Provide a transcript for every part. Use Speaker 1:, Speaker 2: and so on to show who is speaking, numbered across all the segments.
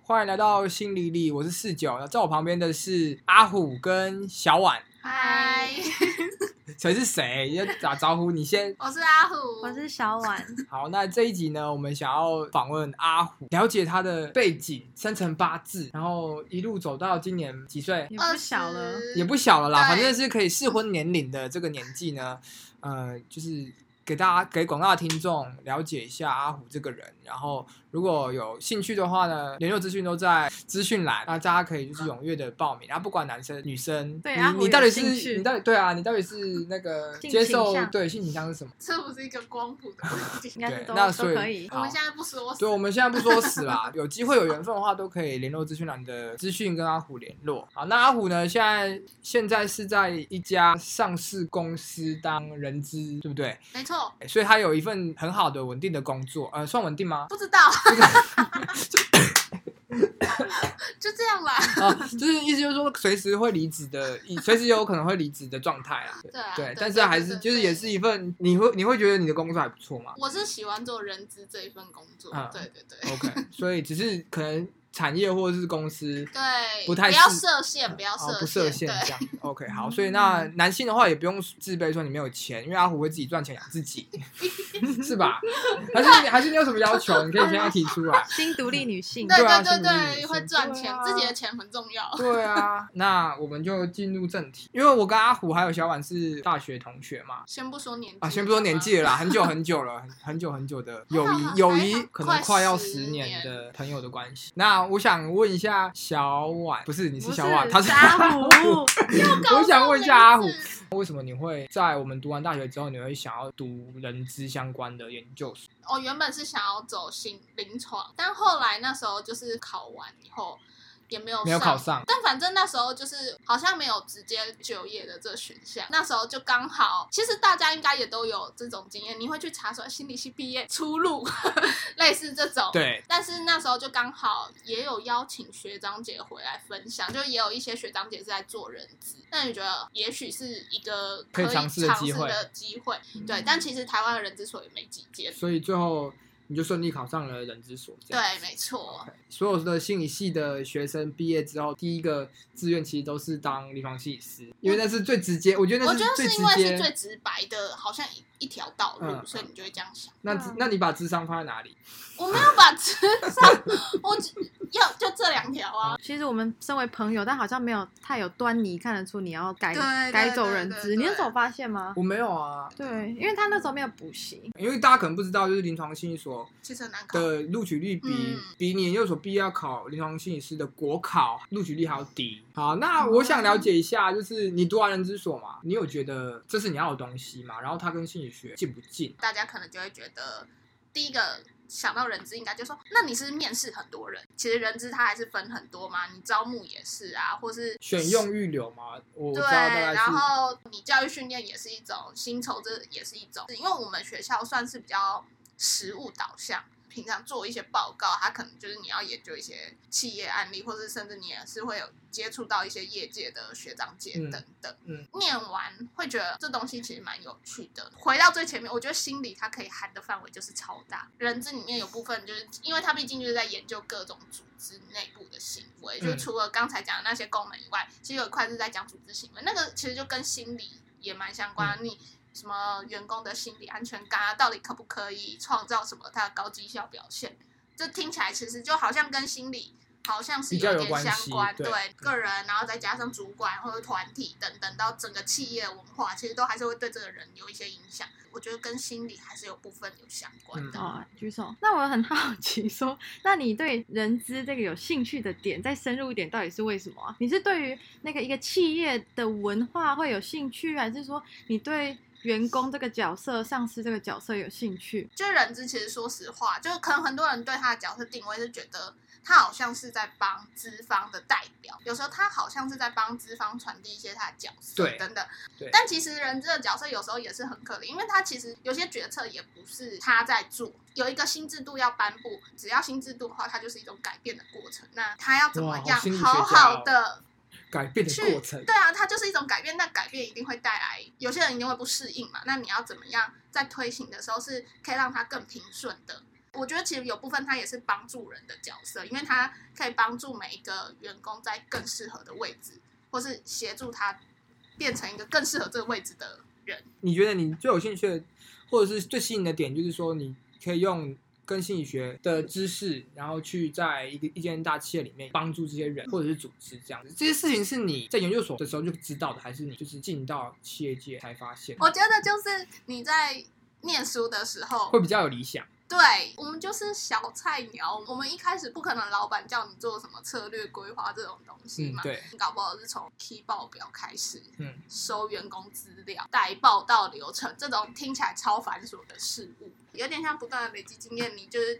Speaker 1: 欢迎来到新黎里，我是四九，那在我旁边的是阿虎跟小婉，
Speaker 2: 嗨，
Speaker 1: 谁是谁？要打招呼，你先。
Speaker 2: 我是阿虎，
Speaker 3: 我是小婉，
Speaker 1: 好，那这一集呢，我们想要访问阿虎，了解他的背景、生辰八字，然后一路走到今年几岁，
Speaker 3: 也
Speaker 2: 二
Speaker 3: 不小了，
Speaker 1: 也不小了啦，
Speaker 2: 对
Speaker 1: 反正是可以适婚年龄的这个年纪呢，呃，就是给大家给广大的听众了解一下阿虎这个人，然后如果有兴趣的话呢，联络资讯都在资讯栏，那大家可以就是踊跃的报名，然啊后不管男生女生，
Speaker 3: 对阿虎
Speaker 1: 你你
Speaker 3: 有
Speaker 1: 到底
Speaker 3: 兴
Speaker 1: 是
Speaker 3: 趣
Speaker 1: 你到底对啊，你到底是那个
Speaker 3: 性
Speaker 1: 接
Speaker 3: 倾
Speaker 1: 受
Speaker 3: 向
Speaker 1: 对性倾向是什么？
Speaker 2: 这不是一个光谱的问题
Speaker 3: 应。该
Speaker 1: 对
Speaker 3: 是都
Speaker 1: 那
Speaker 3: 都
Speaker 1: 所以
Speaker 3: 可以。
Speaker 2: 我们现在不说
Speaker 1: 对，我们现在不说死啦，有机会有缘分的话，都可以联络资讯栏的资讯跟阿虎联络。好，那阿虎呢，现在现在是在一家上市公司当人资，对不对？
Speaker 2: 没错，
Speaker 1: 所以他有一份很好的稳定的工作，呃，算稳定吗？
Speaker 2: 不知道， 就这样啦。
Speaker 1: 啊， 就是意思就是说，随时会离职的，以随时有可能会离职的状态啊。
Speaker 2: 对啊，
Speaker 1: 对，但是还是就是也是。一份，你会你会觉得你的工作还不错 嘛
Speaker 2: 我是喜欢做人资这一份工作
Speaker 1: 嗯，
Speaker 2: 对对对
Speaker 1: ？OK，所以只是可能产业或者是公司
Speaker 2: 对，
Speaker 1: 不太
Speaker 2: 要
Speaker 1: 适
Speaker 2: 设限，不要
Speaker 1: 哦，不
Speaker 2: 设
Speaker 1: 设限
Speaker 2: 对
Speaker 1: 这样。OK，好，所以那男性的话也不用自卑说你没有钱，因为阿虎会自己赚钱养自 己，是吧？还是你还是你有什么要求，你可以先要提出来。
Speaker 3: 新独立女性，
Speaker 1: 啊 对啊
Speaker 2: 对
Speaker 1: 是不是女
Speaker 2: 对，
Speaker 1: 生
Speaker 2: 会赚钱
Speaker 1: 对啊，
Speaker 2: 自己的钱很重要。
Speaker 1: 对啊，那我们就进入正题，因为我跟阿虎还有小婉是大学同学嘛。
Speaker 2: 先不说年纪
Speaker 1: 啊，先不说年纪了啦，很久很久了，很很久很久的友
Speaker 2: 还好
Speaker 1: 谊，
Speaker 2: 吧
Speaker 1: 友
Speaker 2: 还
Speaker 1: 谊
Speaker 2: 好
Speaker 1: 可能
Speaker 2: 快
Speaker 1: 快要
Speaker 2: 十
Speaker 1: 十年
Speaker 2: 年
Speaker 1: 的朋友的关系。那我想问一下小婉，不是你
Speaker 3: 不
Speaker 1: 是小婉，她
Speaker 3: 是
Speaker 1: 是
Speaker 3: 阿虎，
Speaker 2: 搞
Speaker 1: 我想问一下
Speaker 2: 错
Speaker 1: 阿虎
Speaker 2: 名字，
Speaker 1: 为什么你会在我们读完大学之后，你会想要读人资相关的研究所？
Speaker 2: 我哦原本是想要走心临床，但后来那时候就是考完以后也没有
Speaker 1: 没有考上
Speaker 2: 但反正那时候就是好像没有直接就业的这选项，那时候就刚好，其实大家应该也都有这种经验，你会去查说心理系毕业出路， 类似这种。。
Speaker 1: 对，
Speaker 2: 但是那时候就刚好也有邀请学长姐回来分享，就也有一些学长姐是在做人资，那你觉得也许是一个
Speaker 1: 可以尝
Speaker 2: 尝
Speaker 1: 试
Speaker 2: 试
Speaker 1: 的
Speaker 2: 的
Speaker 1: 机会
Speaker 2: 机会，对。但其实台湾的人资所也没几间，
Speaker 1: 嗯所以最后你就顺利考上了人资所。这样
Speaker 2: 对，没错，
Speaker 1: OK 所有的心理系的学生毕业之后，第一个志愿其实都是当临床心理师，因为那是最直接，我觉得
Speaker 2: 我
Speaker 1: 那
Speaker 2: 觉得
Speaker 1: 最
Speaker 2: 是
Speaker 1: 直
Speaker 2: 因为
Speaker 1: 接
Speaker 2: 是。最直白的，好像一一条道路，
Speaker 1: 嗯
Speaker 2: 所以你就会这 样想。
Speaker 1: 那智那你把智商放在哪里？
Speaker 2: 我没有把智商，我只要就这两条啊。
Speaker 3: 其实我们身为朋友，但好像没有太有端倪，看得出你要改
Speaker 2: 对对
Speaker 3: 改走人
Speaker 2: 对对
Speaker 3: 资。你那时候发现吗？
Speaker 1: 我没有啊，
Speaker 3: 对，因为他那时候没有补习，
Speaker 1: 因为大家可能不知道，就是临床心理所
Speaker 2: 其实很难考，
Speaker 1: 的录取率比、
Speaker 2: 嗯
Speaker 1: 比你研究所毕业要考临床心理师的国考录取率还要低。好，那
Speaker 2: 哦
Speaker 1: 我想了解一下，就是你读完人之所嘛，你有觉得这是你要的东西吗？然后它跟心理学近不近？
Speaker 2: 大家可能就会觉得第一个。想到人资，应该就说，那你是不是面试很多人，其实人资它还是分很多嘛，你招募也是啊，或是
Speaker 1: 选用预留嘛，我我知
Speaker 2: 对，
Speaker 1: 道大概
Speaker 2: 然
Speaker 1: 是
Speaker 2: 后你教育训练也是一种，薪酬这也是一种，因为我们学校算是比较实务导向，平常做一些报告，它可能就是你要研究一些企业案例，或是甚至你也是会有接触到一些业界的学长姐
Speaker 1: 嗯
Speaker 2: 等等。
Speaker 1: 嗯
Speaker 2: 念完会觉得这东西其实蛮有趣的。回到最前面，我觉得心理它可以含的范围就是超大，人这里面有部分就是因为它毕竟就是在研究各种组织内部的行为，就
Speaker 1: 嗯
Speaker 2: 除了刚才讲的那些功能以外，其实有一块是在讲组织行为，那个其实就跟心理也蛮相关。
Speaker 1: 嗯
Speaker 2: 你什么员工的心理安全感啊，到底可不可以创造什么他的高绩效表现？这听起来其实就好像跟心理好像是
Speaker 1: 比较有
Speaker 2: 点
Speaker 1: 关
Speaker 2: 相
Speaker 1: 系
Speaker 2: 关，
Speaker 1: 对嗯
Speaker 2: 个人，然后再加上主管或者团体等等，到整个企业文化，其实都还是会对这个人有一些影响。我觉得跟心理还是有部分有相关的。
Speaker 3: 哦，举手。那我很好奇说，那你对人资这个有兴趣的点，再深入一点，到底是为什么、啊？你是对于那个一个企业的文化会有兴趣，还是说你对员工这个角色、上司这个角色有兴趣？
Speaker 2: 就人资其实说实话，就可能很多人对他的角色定位是觉得他好像是在帮资方的代表，有时候他好像是在帮资方传递一些他的角色
Speaker 1: 对
Speaker 2: 等等
Speaker 1: 对。
Speaker 2: 但其实人资的角色有时候也是很可怜，因为他其实有些决策也不是他在做，有一个新制度要颁布，只要新制度的话，它就是一种改变的过程。那他要怎么
Speaker 1: 哇
Speaker 2: 样
Speaker 1: 好心理学家
Speaker 2: 好
Speaker 1: 哦
Speaker 2: 好的
Speaker 1: 改变的过程。
Speaker 2: 对啊，它就是一种改变，那改变一定会带来有些人一定会不适应嘛。那你要怎么样在推行的时候是可以让它更平顺的？我觉得其实有部分他也是帮助人的角色，因为他可以帮助每一个员工在更适合的位置，或是协助他变成一个更适合这个位置的人。
Speaker 1: 你觉得你最有兴趣的，或者是最吸引的点，就是说你可以用跟心理学的知识，然后去在一个一间大企业里面帮助这些人或者是组织这样子。这些事情是你在研究所的时候就知道的，还是你就是进到企业界才发现？
Speaker 2: 我觉得就是你在念书的时候，
Speaker 1: 会比较有理想。嗯
Speaker 2: 对我们就是小菜鸟，我们一开始不可能老板叫你做什么策略规划这种东西
Speaker 1: 嗯
Speaker 2: 嘛，，
Speaker 1: 对，
Speaker 2: 你搞不好是从 key 报表开始，
Speaker 1: 嗯，
Speaker 2: 收员工资料、带报到流程这种听起来超繁琐的事物，有点像不断的累积经验，你就是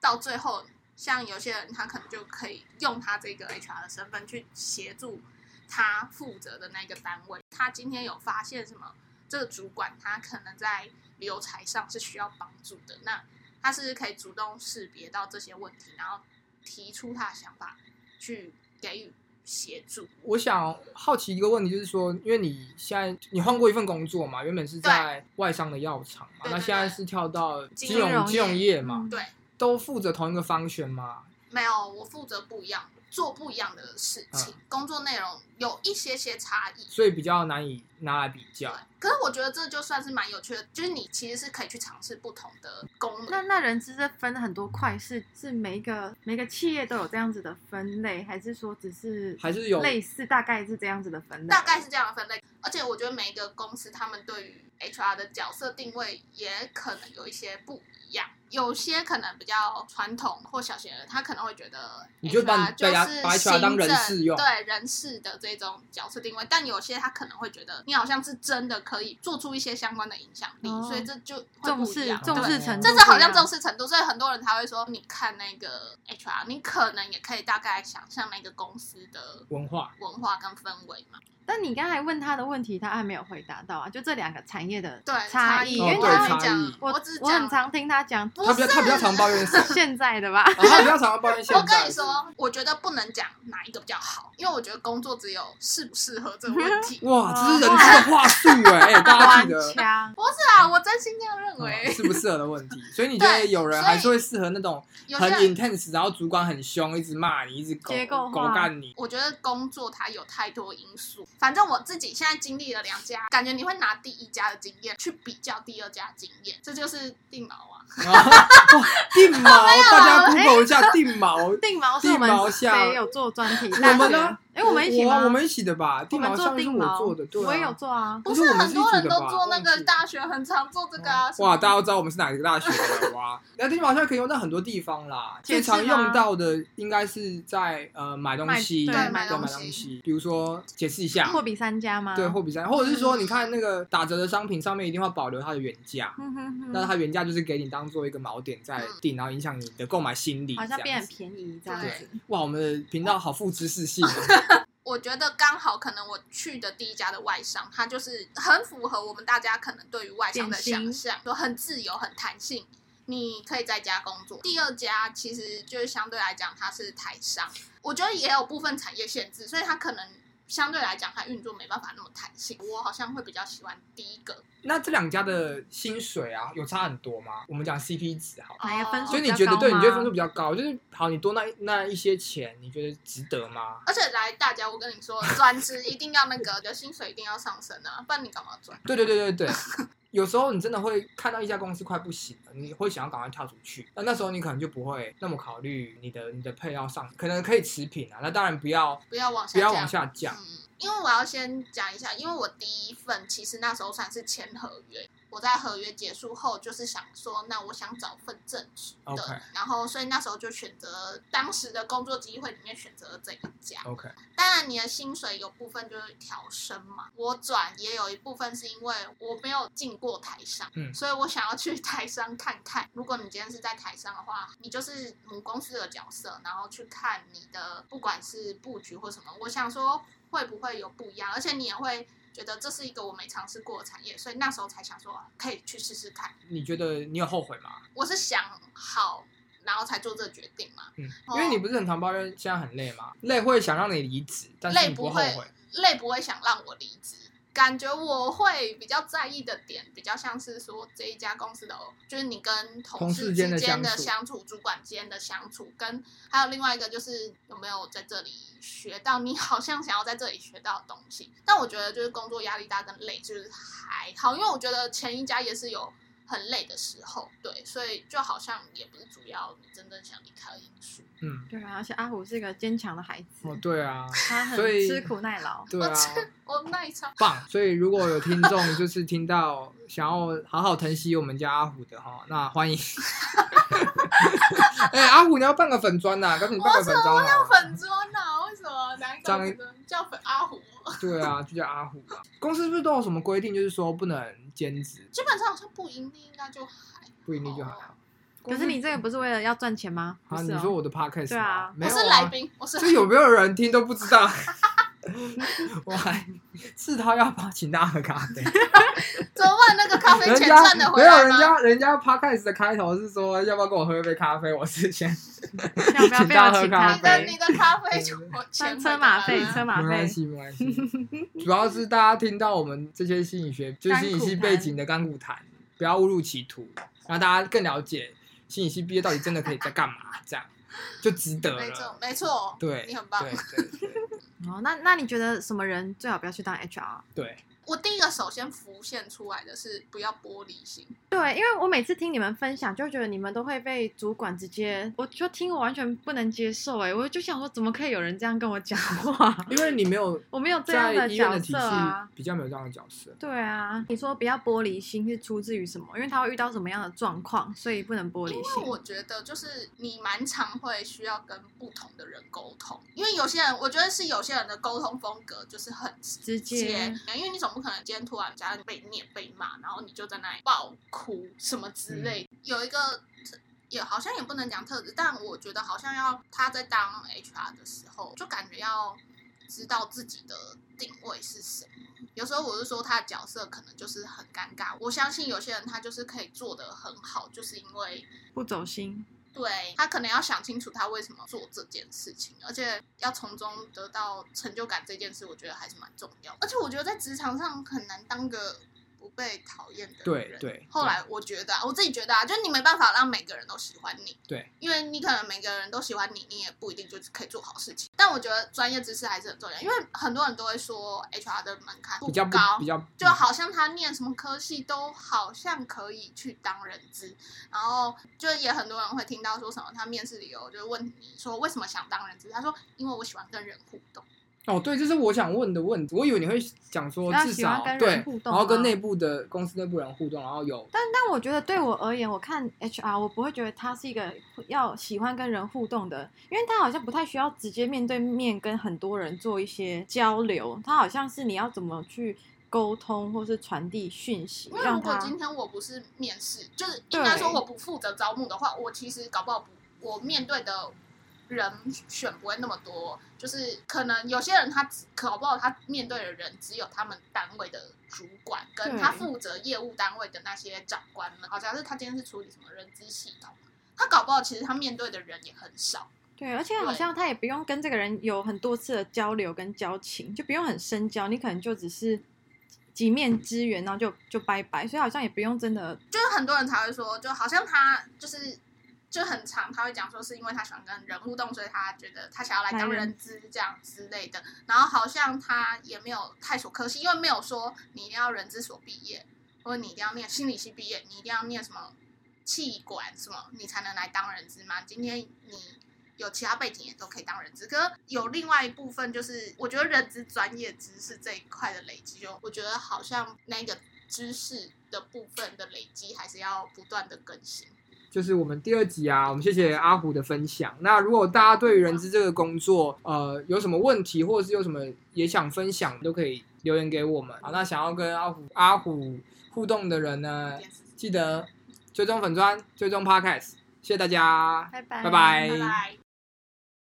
Speaker 2: 到最后，像有些人他可能就可以用他这个 HR 的身份去协助他负责的那个单位，他今天有发现什么，这个主管他可能在留才上是需要帮助的，那他是可以主动识别到这些问题，然后提出他的想法去给予协助。
Speaker 1: 我想好奇一个问题，就是说，因为你现在你换过一份工作嘛，原本是在外商的药厂嘛，
Speaker 2: 对对
Speaker 1: 那
Speaker 2: 对
Speaker 1: 现在是跳到
Speaker 2: 金
Speaker 1: 金融
Speaker 3: 融
Speaker 1: 金融业嘛，
Speaker 3: 嗯
Speaker 2: 对，
Speaker 1: 都负责同一个方选嘛，
Speaker 2: 没有，我负责不一样，做不一样的事情，工作内容有一些些差异。
Speaker 1: 所以比较难以拿来比较
Speaker 2: 对。，可是我觉得这就算是蛮有趣的，就是你其实是可以去尝试不同的功能。
Speaker 3: 那那人资这分很多块，是是每一个每个企业都有这样子的分类，还是说只是
Speaker 1: 还是有
Speaker 3: 类似大概是这样子的分类？
Speaker 2: 大概是这样的分类，而且我觉得每一个公司他们对于 HR 的角色定位也可能有一些不一样，有些可能比较传统或小型的，他可能会觉得
Speaker 1: 你就把你
Speaker 2: HR 就
Speaker 1: 把
Speaker 2: 是
Speaker 1: 把 HR
Speaker 2: 行
Speaker 1: 当人
Speaker 2: 政
Speaker 1: 事用
Speaker 2: 对人事的这种角色定位，但有些他可能会觉得你好像是真的可以做出一些相关的影响力，
Speaker 3: 哦
Speaker 2: 所以这就会
Speaker 3: 重
Speaker 2: 不一
Speaker 3: 视
Speaker 2: 样。
Speaker 3: 重
Speaker 2: 对
Speaker 3: 视程度不一样，
Speaker 2: 这是好像重视程度，所以很多人才会说，你看那个 HR，你可能也可以大概想象那个公司的
Speaker 1: 文化，
Speaker 2: 文化跟氛围嘛。
Speaker 3: 但你刚才问他的问题，他还没有回答到啊，就这两个产业的
Speaker 2: 对
Speaker 3: 差
Speaker 2: 异，
Speaker 3: 异，
Speaker 2: 因
Speaker 3: 因
Speaker 1: 哦
Speaker 2: 为
Speaker 3: 为
Speaker 1: 对
Speaker 3: 他
Speaker 1: 差
Speaker 2: 他
Speaker 1: 异
Speaker 2: 讲，
Speaker 3: 我
Speaker 2: 只
Speaker 3: 我很
Speaker 2: 讲，
Speaker 3: 常听他讲
Speaker 2: 不
Speaker 1: 他比较他比较常抱怨是，啊
Speaker 3: 现在的吧，
Speaker 1: 他比较常抱怨现在。
Speaker 2: 我跟你，说，我觉得不能讲哪一个比较好，因为我觉得工作只有适不适合这个问 题。
Speaker 1: 哇，这是人资的话术哎、哎大 家记
Speaker 3: 官
Speaker 1: 得。
Speaker 3: 腔，
Speaker 2: 不是啊，我真心这样认
Speaker 1: 嗯
Speaker 2: 为。
Speaker 1: 适不适合的问题，所以你觉得有人还是会适合那种
Speaker 2: 有些
Speaker 1: 很
Speaker 2: 人，
Speaker 1: intense，然后主管很凶，一直骂你，一直狗
Speaker 3: 结构
Speaker 1: 狗
Speaker 3: 化
Speaker 1: 干你，
Speaker 2: 我觉得工作它有太多因素。反正我自己现在经历了两家，感觉你会拿第一家的经验去比较第二家的经验，这就是定锚啊。
Speaker 1: 然后哇哦定毛， 大家
Speaker 3: 哎
Speaker 1: Google 一下定毛，
Speaker 3: 定毛 是我们
Speaker 1: 定毛像
Speaker 3: 谁有做专题？
Speaker 1: 我们
Speaker 3: 大学
Speaker 1: 呢？
Speaker 3: 哎，我们一起
Speaker 1: 我
Speaker 3: 吗？
Speaker 1: 我们一起的吧，
Speaker 3: 我
Speaker 1: 定毛
Speaker 3: 们做
Speaker 1: 像是
Speaker 3: 定
Speaker 1: 我
Speaker 3: 毛，
Speaker 1: 做的，对、啊，
Speaker 3: 我也有做啊。
Speaker 1: 不
Speaker 2: 不
Speaker 1: 是我们
Speaker 2: 很多
Speaker 1: 是一
Speaker 2: 人
Speaker 1: 组
Speaker 2: 都
Speaker 1: 的吧
Speaker 2: 做那
Speaker 1: 忘
Speaker 2: 个
Speaker 1: 记
Speaker 2: 大学，很常做这个啊。
Speaker 1: 哇，
Speaker 2: 什么
Speaker 1: 大家都知道我们是哪个大学的 哇！那定毛像可以用到很多地方啦，
Speaker 3: 去
Speaker 1: 最
Speaker 3: 吃吗
Speaker 1: 常用到的应该是在呃买东西，
Speaker 3: 买对
Speaker 1: 对
Speaker 3: 买
Speaker 1: 东
Speaker 2: 东西
Speaker 1: 西，嗯比如说解释一下，
Speaker 3: 货比三家吗？
Speaker 1: 啊对货比三家，或者是说你看那个打折的商品上面一定会保留它的原价。
Speaker 3: 哼嗯哼
Speaker 1: 那
Speaker 3: 哼，
Speaker 1: 它原价就是给你当做一个锚点在定，然后影响你的购买心理。
Speaker 3: 好像变
Speaker 1: 这样
Speaker 3: 很
Speaker 1: 子
Speaker 3: 便宜这样
Speaker 2: 对
Speaker 3: 子。
Speaker 1: 哇，我们的频道好富知识性哦，
Speaker 2: 我觉得刚好可能我去的第一家的外商，它就是很符合我们大家可能对于外商的想
Speaker 3: 典
Speaker 2: 象，就很自由、很弹性，你可以在家工作。第二家其实就是相对来讲，它是台商，我觉得也有部分产业限制，所以它可能相对来讲，它运作没办法那么弹性。我好像会比较喜欢第一个，
Speaker 1: 那这两家的薪水啊，有差很多吗？我们讲 CP 值好了，
Speaker 3: 哪个分数
Speaker 2: 哦
Speaker 1: 所以
Speaker 3: 比
Speaker 1: 你
Speaker 3: 较
Speaker 1: 觉得
Speaker 3: 高
Speaker 1: 对你觉得
Speaker 3: 吗
Speaker 1: 分数比较高，就是好，你多那那一些钱，你觉得值得吗？
Speaker 2: 而且来大家，我跟你说，转职一定要那个， 的薪水一定要上升啊，不然你干嘛转？
Speaker 1: 对对对对对，有时候你真的会看到一家公司快不行了，你会想要赶快跳出去。那那时候你可能就不会那么考虑你的你的配要上，可能可以持平啊。那当然不要
Speaker 2: 不要往下
Speaker 1: 不要
Speaker 2: 降
Speaker 1: 往下降。
Speaker 2: 嗯，因为我要先讲一下，因为我第一份其实那时候算是签合约，我在合约结束后就是想说，那我想找份正职的
Speaker 1: OK
Speaker 2: 然后所以那时候就选择当时的工作机会里面选择了这一家。
Speaker 1: OK，
Speaker 2: 当然，你的薪水有部分就是调升嘛， 我转也有一部分是因为我没有进过台商，
Speaker 1: 嗯
Speaker 2: 所以我想要去台商看看。如果你今天是在台商的话，你就是母公司的角色，然后去看你的不管是布局或什么，我想说会不会有不一样，而且你也会。觉得这是一个我没尝试过的产业，所以那时候才想说啊可以去试试看。
Speaker 1: 你觉得你有后悔吗？
Speaker 2: 我是想好，然后才做这个决定嘛。
Speaker 1: 嗯，
Speaker 2: 哦
Speaker 1: 因为你不是很常抱怨现在很累吗？累会想让你离职，但是
Speaker 2: 累
Speaker 1: 你
Speaker 2: 不
Speaker 1: 后
Speaker 2: 会
Speaker 1: 悔。
Speaker 2: 累不会想让我离职，感觉我会比较在意的点，比较像是说这一家公司的，就是你跟同
Speaker 1: 同
Speaker 2: 事
Speaker 1: 事
Speaker 2: 之
Speaker 1: 间的
Speaker 2: 间的
Speaker 1: 相处
Speaker 2: 相处、主管之间的相处，跟还有另外一个就是有没有在这里学到你好像想要在这里学到的东西。但我觉得就是工作压力大跟累就是还好，因为我觉得前一家也是有很累的时候，对，所以就好像也不是主要你真正想离开的因素。
Speaker 1: 嗯，
Speaker 3: 对啊，而且阿虎是个坚强的孩子，
Speaker 1: 哦，对啊，
Speaker 3: 他很
Speaker 1: 所以
Speaker 3: 吃苦耐劳。
Speaker 1: 对
Speaker 2: 哦
Speaker 1: 啊，
Speaker 2: 我那一场
Speaker 1: 棒！所以如果有听众就是听到想要好好疼惜我们家阿虎的哈，那欢迎。 哎、阿虎，你要办个粉砖呐、赶紧办个粉砖
Speaker 2: 哦啊
Speaker 1: 好了
Speaker 2: 粉砖呐、为什么男
Speaker 1: 张
Speaker 2: 粉砖叫粉阿虎？
Speaker 1: 对啊，就叫阿虎吧。公司是不是都有什么规定，就是说不能兼职，
Speaker 2: 基本上好像不盈利应该就还
Speaker 1: 不盈利就还
Speaker 2: 哦
Speaker 1: 好。
Speaker 3: 可是你这个不是为了要赚钱吗？不
Speaker 1: 啊，
Speaker 3: 是
Speaker 1: 你
Speaker 3: 哦
Speaker 1: 说我的 podcast
Speaker 3: 对啊
Speaker 1: 吗
Speaker 2: 我
Speaker 1: 没有
Speaker 2: 是来宾，我是
Speaker 1: 这有没有人听都不知道。我还是他要把请大家喝咖啡，
Speaker 2: 昨晚那个咖啡
Speaker 1: 人
Speaker 2: 钱
Speaker 1: 家
Speaker 2: 赚的
Speaker 1: 没
Speaker 2: 回
Speaker 1: 有
Speaker 2: 来
Speaker 1: 人
Speaker 2: 吗？
Speaker 1: 家人家 podcast 的开头是说要不要跟我喝一杯咖啡，我是先
Speaker 3: 要不要
Speaker 1: 请
Speaker 3: 被
Speaker 1: 大家
Speaker 3: 我
Speaker 1: 喝
Speaker 3: 请
Speaker 1: 咖
Speaker 3: 咖
Speaker 2: 你的
Speaker 1: 啡
Speaker 3: 啡
Speaker 2: 你？的咖啡就我
Speaker 3: 翻
Speaker 2: 钱
Speaker 3: 车马
Speaker 2: 回
Speaker 3: 费，
Speaker 2: 来
Speaker 3: 车
Speaker 2: 了
Speaker 3: 马
Speaker 1: 没关。
Speaker 3: 费
Speaker 1: 系，没关 系。主要是大家听到我们这些心理学，就是心理系背景的干股谈，不要误入歧途，然后大家更了解心理系毕业到底真的可以在干嘛，这样就值得
Speaker 2: 没错
Speaker 1: 了。
Speaker 2: 没错，
Speaker 1: 对，
Speaker 2: 你很棒
Speaker 1: 对。对对
Speaker 3: 哦，那那你觉得什么人最好不要去当 HR？
Speaker 1: 对，
Speaker 2: 我第一个首先浮现出来的是不要玻璃心，
Speaker 3: 对，因为我每次听你们分享，就觉得你们都会被主管直接，我就听我完全不能接受哎，我就想说，怎么可以有人这样跟我讲话？
Speaker 1: 因为你没有
Speaker 3: 我没有这样
Speaker 1: 在医院
Speaker 3: 角
Speaker 1: 的体
Speaker 3: 色
Speaker 1: 系
Speaker 3: 啊。
Speaker 1: 比较没有这样的角色。
Speaker 3: 对啊，你说不要玻璃心是出自于什么？因为他会遇到什么样的状况，所以不能玻璃
Speaker 2: 因为
Speaker 3: 心。
Speaker 2: 我觉得就是你蛮常会需要跟不同的人沟通，因为有些人我觉得是有些人的沟通风格就是很
Speaker 3: 直
Speaker 2: 接
Speaker 3: 接，
Speaker 2: 因为你总不可能今天突然家里被念被骂，然后你就在那里爆哭什么之类的。有一个也好像也不能讲特质，但我觉得好像要他在当 HR 的时候，就感觉要知道自己的定位是什么。有时候我是说他的角色可能就是很尴尬，我相信有些人他就是可以做得很好，就是因为
Speaker 3: 不走心。
Speaker 2: 对他可能要想清楚他为什么做这件事情，而且要从中得到成就感这件事，我觉得还是蛮重要。而且我觉得在职场上很难当个不被讨厌的人。
Speaker 1: 对对
Speaker 2: 后来我觉得、啊，我自己觉得啊，就是你没办法让每个人都喜欢你。
Speaker 1: 对。
Speaker 2: 因为你可能每个人都喜欢你，你也不一定就是可以做好事情。但我觉得专业知识还是很重要，因为很多人都会说 HR 的门槛
Speaker 1: 比较不
Speaker 2: 高，
Speaker 1: 比较
Speaker 2: 就好像他念什么科系都好像可以去当人资，然后就也很多人会听到说什么他面试理由就是问你说为什么想当人资，他说因为我喜欢跟人互动，
Speaker 1: 哦，对，这是我想问的问题。我以为你会讲说
Speaker 3: 要
Speaker 1: 至
Speaker 3: 喜欢
Speaker 1: 少
Speaker 3: 跟
Speaker 1: 对
Speaker 3: 人互，动
Speaker 1: 然后跟
Speaker 3: 吗
Speaker 1: 内部的公司内部人互动，然后有
Speaker 3: 但但我觉得对我而言，我看 HR，我不会觉得他是一个要喜欢跟人互动的，因为他好像不太需要直接面对面跟很多人做一些交流，他好像是你要怎么去沟通或是传递讯息，
Speaker 2: 因为如
Speaker 3: 让
Speaker 2: 果
Speaker 3: 他
Speaker 2: 今天嗯我不是面试，就是应该说
Speaker 3: 对
Speaker 2: 我不负责招募的话，我其实搞不好不，我面对的人选不会那么多，就是可能有些人他只搞不好他面对的人只有他们单位的主管跟
Speaker 3: 对
Speaker 2: 他负责业务单位的那些长官们，好像是他今天是处理什么人资系统，他搞不好其实他面对的人也很少，
Speaker 3: 对，而且好
Speaker 2: 对
Speaker 3: 像他也不用跟这个人有很多次的交流跟交情，就不用很深交，你可能就只是几面之缘，然后就就拜拜，所以好像也不用真的
Speaker 2: 就是很多人才会说，就好像他就是。就很长，他会讲说是因为他喜欢跟人互动，所以他觉得他想要来当
Speaker 3: 来人
Speaker 2: 人资这样之类的。然后好像他也没有太所科系，因为没有说你一定要人资所毕业，或者你一定要念心理系毕业，你一定要念什么气管什么，你才能来当人资嘛。今天你有其他背景也都可以当人资，可是有另外一部分就是，我觉得人资专业知识这一块的累积，就我觉得好像那个知识的部分的累积还是要不断的更新。
Speaker 1: 就是我们第二集啊，我们谢谢阿虎的分享。那如果大家对于人资这个工作，呃，有什么问题，或者是有什么也想分享，都可以留言给我们。好，那想要跟阿虎阿虎互动的人呢，记得追踪粉砖，追踪 Podcast。谢谢大家，
Speaker 3: 拜拜
Speaker 1: 拜拜
Speaker 2: 拜拜。